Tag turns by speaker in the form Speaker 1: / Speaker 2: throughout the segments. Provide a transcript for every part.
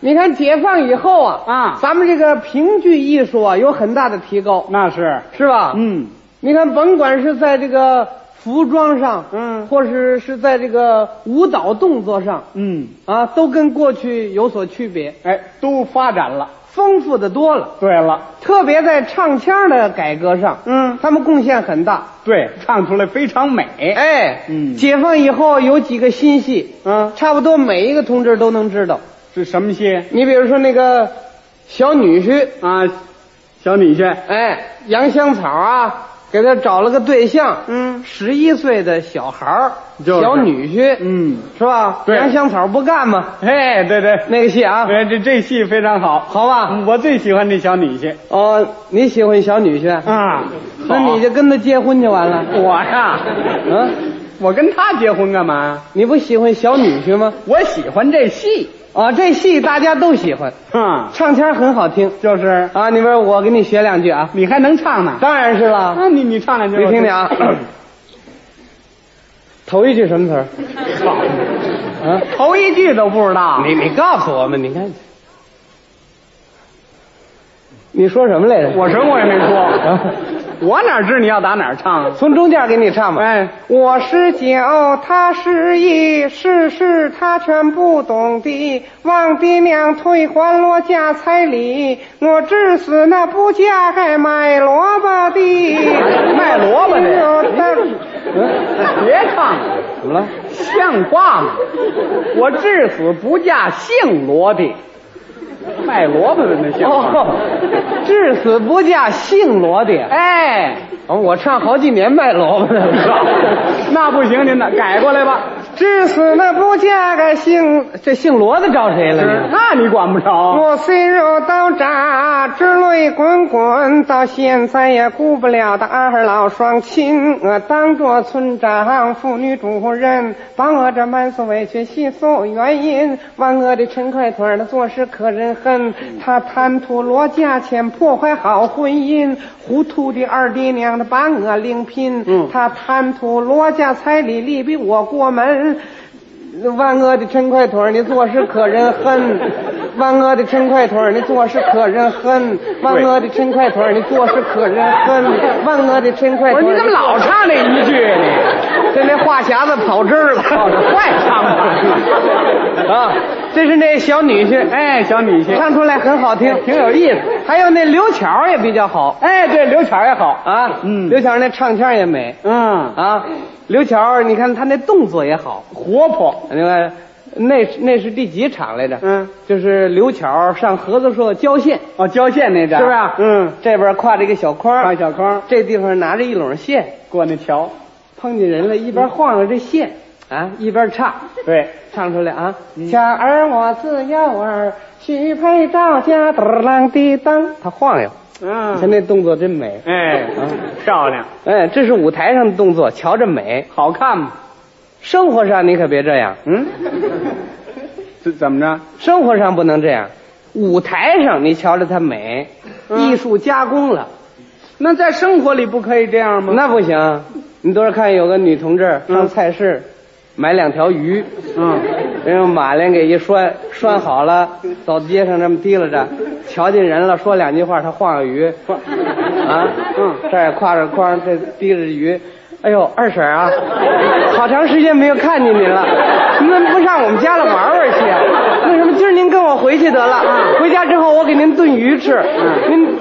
Speaker 1: 你看解放以后啊，
Speaker 2: 啊
Speaker 1: 咱们这个评剧艺术啊有很大的提高，
Speaker 2: 那是，
Speaker 1: 是吧？，
Speaker 2: 嗯，
Speaker 1: 你看，甭管是在这个服装上，
Speaker 2: 嗯
Speaker 1: 或是是在这个舞蹈动作上，
Speaker 2: 嗯，
Speaker 1: 啊，都跟过去有所区别，
Speaker 2: 哎，都发展了。
Speaker 1: 丰富的多了。
Speaker 2: 对了，
Speaker 1: 特别在唱腔的改革上，
Speaker 2: 嗯
Speaker 1: 他们贡献很大。
Speaker 2: 对，唱出来非常美。
Speaker 1: 哎，
Speaker 2: 嗯
Speaker 1: 解放以后有几个新戏，
Speaker 2: 嗯，
Speaker 1: 差不多每一个同志都能知道。
Speaker 2: 是什么戏
Speaker 1: 你比如说那个小女婿，
Speaker 2: 啊？小女婿，
Speaker 1: 哎，杨香草啊，给他找了个对象，
Speaker 2: 嗯
Speaker 1: 十一岁的小孩儿，
Speaker 2: 就是
Speaker 1: 小女婿，
Speaker 2: 嗯，
Speaker 1: 是吧？
Speaker 2: 对
Speaker 1: 杨香草不干嘛，
Speaker 2: 哎，对对，
Speaker 1: 那个戏啊，
Speaker 2: 哎，这这戏非常好，啊
Speaker 1: 好吧？
Speaker 2: 我最喜欢这小女婿
Speaker 1: 哦，你喜欢小女婿，
Speaker 2: 啊。
Speaker 1: 那你就跟他结婚就完了。
Speaker 2: 我呀，
Speaker 1: 嗯，
Speaker 2: 我跟他结婚干嘛呀？
Speaker 1: 你不喜欢小女婿吗？
Speaker 2: 我喜欢这戏，
Speaker 1: 啊，这戏大家都喜欢，
Speaker 2: 啊，
Speaker 1: 唱腔很好听
Speaker 2: 就是
Speaker 1: 啊。你们我给你学两句啊。
Speaker 2: 你还能唱呢。嗯
Speaker 1: 当然是啦，
Speaker 2: 那啊你你唱两句，
Speaker 1: 你
Speaker 2: 我
Speaker 1: 听听啊。 头一句什么词儿？啊，
Speaker 2: 头一句都不知道。
Speaker 1: 你你告诉我们，你看，你说什么来着？
Speaker 2: 我什么我也没
Speaker 1: 啊
Speaker 2: 说，我哪知你要打哪儿唱啊？
Speaker 1: 从中间给你唱吧。
Speaker 2: 哎，
Speaker 1: 我十九，他十一，世事他全不懂的。望爹娘退还罗家彩礼，我至死那不嫁还卖萝卜的。
Speaker 2: 卖萝卜的哎
Speaker 1: 的。
Speaker 2: 别唱了，
Speaker 1: 怎么了？
Speaker 2: 哎像话吗？我至死不嫁姓罗的， 卖萝卜的那像话吗？
Speaker 1: 哦，至死不嫁姓罗的。
Speaker 2: 哎，
Speaker 1: 哦，我唱好几年卖萝卜的 了。
Speaker 2: 那不行，您呐，改过来吧。
Speaker 1: 至死那不嫁个姓，这姓罗的找谁了呢？
Speaker 2: 那你管不着。
Speaker 1: 我虽肉刀扎，之泪滚滚，到现在也顾不了的二老双亲。我当着村长、妇女主任，把我这满腹委屈细诉原因。万恶的陈快腿儿，他做事可人恨，他贪图罗家钱，破坏好婚姻。糊涂的二爹娘，他把我另聘，
Speaker 2: 嗯
Speaker 1: 他贪图罗家彩礼，利逼我过门。万恶的抻快腿儿，你做事可人恨；万恶的抻快腿儿，你做事可人恨；万恶的抻快腿儿，你做事可人恨；万恶的抻快
Speaker 2: 我
Speaker 1: 腿儿，
Speaker 2: 说你怎么老唱这一句啊你？
Speaker 1: 跟那话匣子跑汁儿了？
Speaker 2: 坏唱 法
Speaker 1: 啊！这是那小女婿，
Speaker 2: 哎，小女婿，
Speaker 1: 唱出来很好听，
Speaker 2: 哎挺有意思。
Speaker 1: 还有那刘巧儿也比较好
Speaker 2: 哎，对，刘巧儿也好。
Speaker 1: 啊，
Speaker 2: 嗯
Speaker 1: 刘巧儿那唱腔也美
Speaker 2: 嗯，
Speaker 1: 啊，刘巧儿你看她那动作也好，
Speaker 2: 活泼。
Speaker 1: 那个那那是第几场来着？
Speaker 2: 嗯，
Speaker 1: 就是刘巧上合作社郊县，
Speaker 2: 哦，郊县那站
Speaker 1: 是不是？
Speaker 2: 嗯，
Speaker 1: 这边挎着一个小筐，
Speaker 2: 挎小筐
Speaker 1: 这地方拿着一垄线，
Speaker 2: 过那桥。嗯
Speaker 1: 碰见人了，一边晃着这线啊，一边唱，
Speaker 2: 对，
Speaker 1: 唱出来啊！巧儿我自幼儿，许配赵家，嘟儿啷滴当。他晃悠，你看
Speaker 2: 嗯，
Speaker 1: 那动作真美。
Speaker 2: 哎，漂亮，
Speaker 1: 哎，这是舞台上的动作，瞧着美。
Speaker 2: 好看吗？
Speaker 1: 生活上你可别这样，
Speaker 2: 嗯，这怎么着？
Speaker 1: 生活上不能这样，舞台上你瞧着它美，
Speaker 2: 嗯
Speaker 1: 艺术加工了。
Speaker 2: 那在生活里不可以这样吗？
Speaker 1: 那不行，你多少看有个女同志上
Speaker 2: 嗯
Speaker 1: 菜市、买两条鱼，
Speaker 2: 嗯，
Speaker 1: 人用马铃给一拴，拴好了，走街上这么提拉着，瞧见人了说两句话，他晃悠鱼，啊，
Speaker 2: 嗯
Speaker 1: 这儿也挎着筐，这提着鱼，哎呦，二婶啊， 好长时间没有看见您了，您怎么不上我们家了玩玩去啊？那什么，今儿您跟我回去得了，啊回家之后我给您炖鱼吃，您，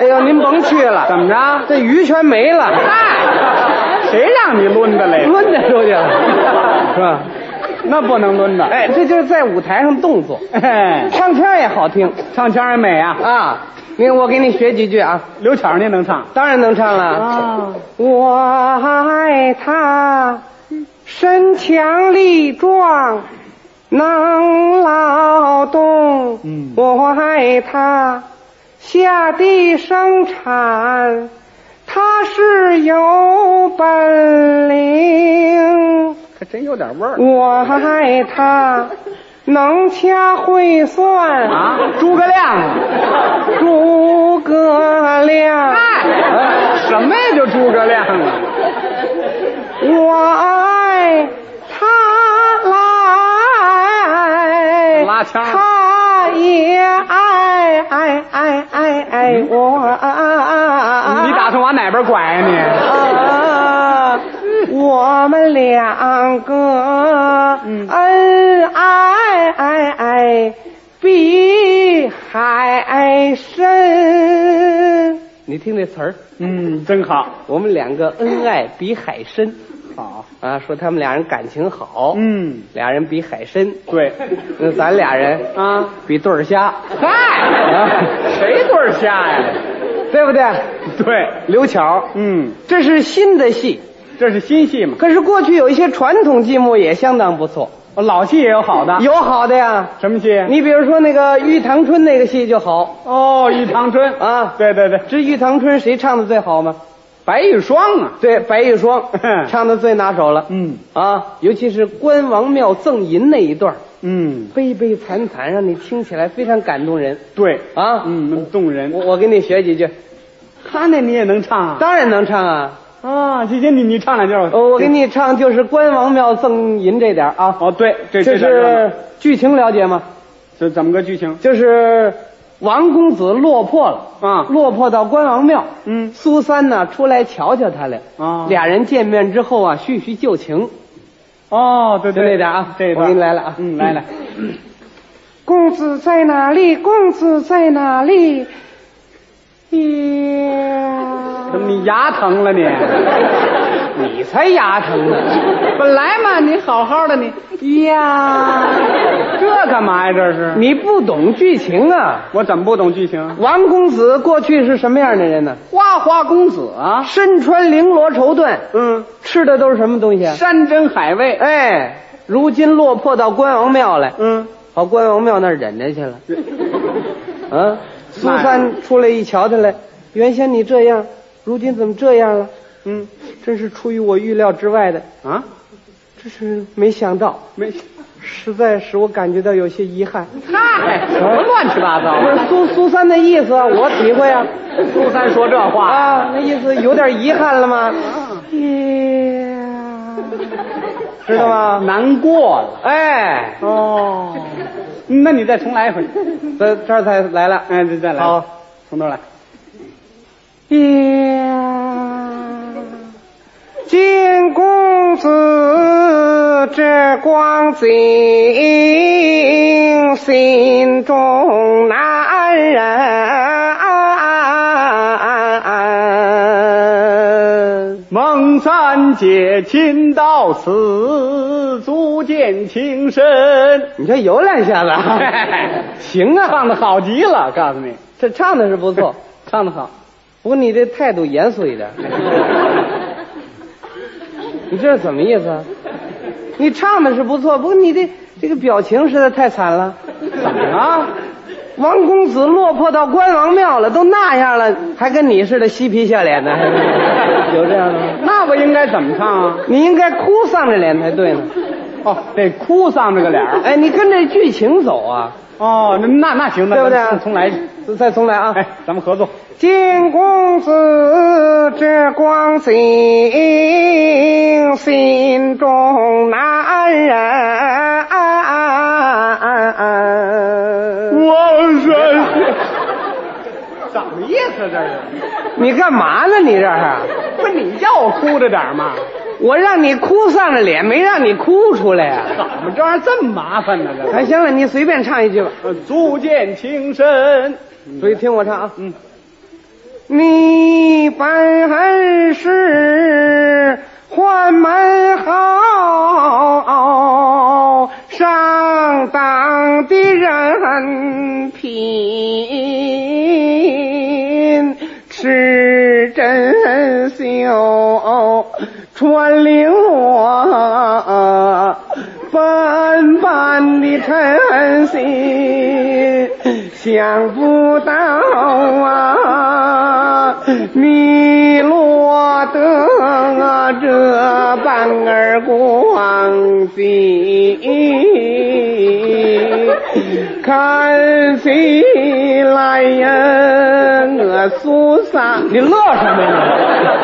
Speaker 1: 哎呦，您甭去了，
Speaker 2: 怎么着？
Speaker 1: 这鱼全没了。
Speaker 2: 谁让你抡的嘞？
Speaker 1: 抡得出去 了，是吧？
Speaker 2: 那不能抡的。
Speaker 1: 哎，这就是在舞台上动作，
Speaker 2: 哎，
Speaker 1: 唱腔也好听
Speaker 2: 唱腔也美啊。
Speaker 1: 啊。你我给你学几句啊，
Speaker 2: 刘巧儿您能唱？
Speaker 1: 当然能唱了。
Speaker 2: 啊，
Speaker 1: 我爱他，身强力壮，能劳动。
Speaker 2: 嗯
Speaker 1: 我爱他，下地生产，他是有本领。
Speaker 2: 可真有点味儿
Speaker 1: 我爱他，能掐会算，
Speaker 2: 啊！诸葛亮啊，
Speaker 1: 诸葛亮。
Speaker 2: 哎，什么呀？就诸葛亮啊？
Speaker 1: 我爱他来，
Speaker 2: 拉腔儿
Speaker 1: 他也哎哎哎哎哎，我啊啊啊！
Speaker 2: 你打算往哪边拐呀、你？
Speaker 1: 啊，我们两个恩爱爱爱比海深。你听这词儿，
Speaker 2: 嗯，真好，
Speaker 1: 我们两个恩爱比海深
Speaker 2: 好，
Speaker 1: 啊，说他们俩人感情好，，
Speaker 2: 嗯，
Speaker 1: 俩人比海深，
Speaker 2: 对，
Speaker 1: 那咱俩人
Speaker 2: 啊，
Speaker 1: 比对儿虾，啊
Speaker 2: 嗨、谁对儿瞎呀？
Speaker 1: 对不对？
Speaker 2: 对，
Speaker 1: 刘巧，
Speaker 2: 嗯，
Speaker 1: 这是新的戏，
Speaker 2: 这是新戏嘛，
Speaker 1: 可是过去有一些传统剧目也相当不错，
Speaker 2: 老戏也有好的，
Speaker 1: 有好的呀。
Speaker 2: 什么戏？
Speaker 1: 你比如说那个《玉堂春》那个戏就好
Speaker 2: 哦，《玉堂春》
Speaker 1: 啊。
Speaker 2: 对对对，
Speaker 1: 这《玉堂春》谁唱的最好吗？
Speaker 2: 白玉霜啊，
Speaker 1: 对，白玉霜唱的最拿手了。
Speaker 2: 嗯
Speaker 1: 啊，尤其是关王庙赠银那一段儿，
Speaker 2: 嗯，
Speaker 1: 悲悲惨惨，让你听起来非常感动人
Speaker 2: 对，
Speaker 1: 啊。
Speaker 2: 嗯，动人。
Speaker 1: 我我给你学几句，
Speaker 2: 他那你也能唱啊？
Speaker 1: 当然能唱啊。
Speaker 2: 啊，姐姐你你唱两句。
Speaker 1: 哦我我给你唱就是关王庙赠银这点儿啊。
Speaker 2: 哦，对，这
Speaker 1: 这
Speaker 2: 段让
Speaker 1: 是剧情了解吗？
Speaker 2: 这怎么个剧情
Speaker 1: 就是王公子落魄了，
Speaker 2: 啊？
Speaker 1: 落魄到关王庙。
Speaker 2: 嗯
Speaker 1: 苏三呢出来瞧瞧他来，
Speaker 2: 啊，
Speaker 1: 俩人见面之后啊叙叙旧情，
Speaker 2: 哦，对
Speaker 1: 就
Speaker 2: 对
Speaker 1: 那点啊，
Speaker 2: 这一
Speaker 1: 我
Speaker 2: 段
Speaker 1: 给你来了啊，
Speaker 2: 嗯，来来，
Speaker 1: 公子在哪里？公子在哪里？呀
Speaker 2: 怎么你牙疼了你？
Speaker 1: 你才牙疼呢！
Speaker 2: 本来嘛，你好好的你，
Speaker 1: 呀，
Speaker 2: 这干嘛呀？这是
Speaker 1: 你不懂剧情啊！
Speaker 2: 我怎么不懂剧情？
Speaker 1: 王公子过去是什么样的人呢？
Speaker 2: 花花公子啊，
Speaker 1: 身穿绫罗绸缎，
Speaker 2: 嗯，
Speaker 1: 吃的都是什么东西啊？
Speaker 2: 山珍海味，
Speaker 1: 哎，如今落魄到关王庙来，
Speaker 2: 嗯，
Speaker 1: 跑关王庙那儿忍着去 了。啊，苏三出来一瞧他来，原先你这样，如今怎么这样了？
Speaker 2: 嗯
Speaker 1: 真是出于我预料之外的，
Speaker 2: 啊，
Speaker 1: 真是没想到，
Speaker 2: 没，
Speaker 1: 实在使我感觉到有些遗憾。
Speaker 2: 嗨，哎什么乱七八糟
Speaker 1: 不是
Speaker 2: 的？
Speaker 1: 苏苏三的意思啊，我体会啊，
Speaker 2: 苏三说这话
Speaker 1: 啊，那意思有点遗憾了吗？
Speaker 2: 嗯
Speaker 1: 知道吗？
Speaker 2: 难过了。
Speaker 1: 哎，
Speaker 2: 哦，那你再重来一 回，
Speaker 1: 这这儿才来了。
Speaker 2: 哎，再再来，
Speaker 1: 好，
Speaker 2: 从头来。
Speaker 1: 呀，金公子这光景，心中难忍。
Speaker 2: 孟三姐亲到此，足见情深。
Speaker 1: 你这有两下子 啊，行啊，
Speaker 2: 唱的好极了，告诉你，
Speaker 1: 这唱的是不错，
Speaker 2: 唱的好。
Speaker 1: 不过你这态度严肃一点。你这是怎么意思？啊？你唱的是不错，不过你这这个表情实在太惨了。啊
Speaker 2: 怎么了？
Speaker 1: 王公子落魄到关王庙了，都那样了，还跟你似的嬉皮笑脸的，有这样的吗？
Speaker 2: 那我应该怎么唱啊？
Speaker 1: 你应该哭丧着脸才对呢。
Speaker 2: 哦，得哭丧着个脸儿。
Speaker 1: 哎，你跟着剧情走啊，
Speaker 2: 哦，那那那行，那
Speaker 1: 对不对
Speaker 2: 咱重来一次。
Speaker 1: 再重来啊！
Speaker 2: 哎，咱们合作。
Speaker 1: 金公子这光景，心中难忍。
Speaker 2: 我是， 怎么意思这是？
Speaker 1: 你干嘛呢？你这是？
Speaker 2: 不是你叫我哭着点儿吗？
Speaker 1: 我让你哭丧着脸，没让你哭出来呀、
Speaker 2: 怎么这玩意儿这么麻烦呢？这
Speaker 1: 哎，行了，你随便唱一句吧。
Speaker 2: 个足见情深。
Speaker 1: 注意听我唱啊。
Speaker 2: 嗯，
Speaker 1: 你本是宦门好，上当的人品，吃真秀，穿绫罗，斑斑的晨曦，想不到啊，你落得啊这般儿光景，看起来呀，我苏三，你乐什么呀？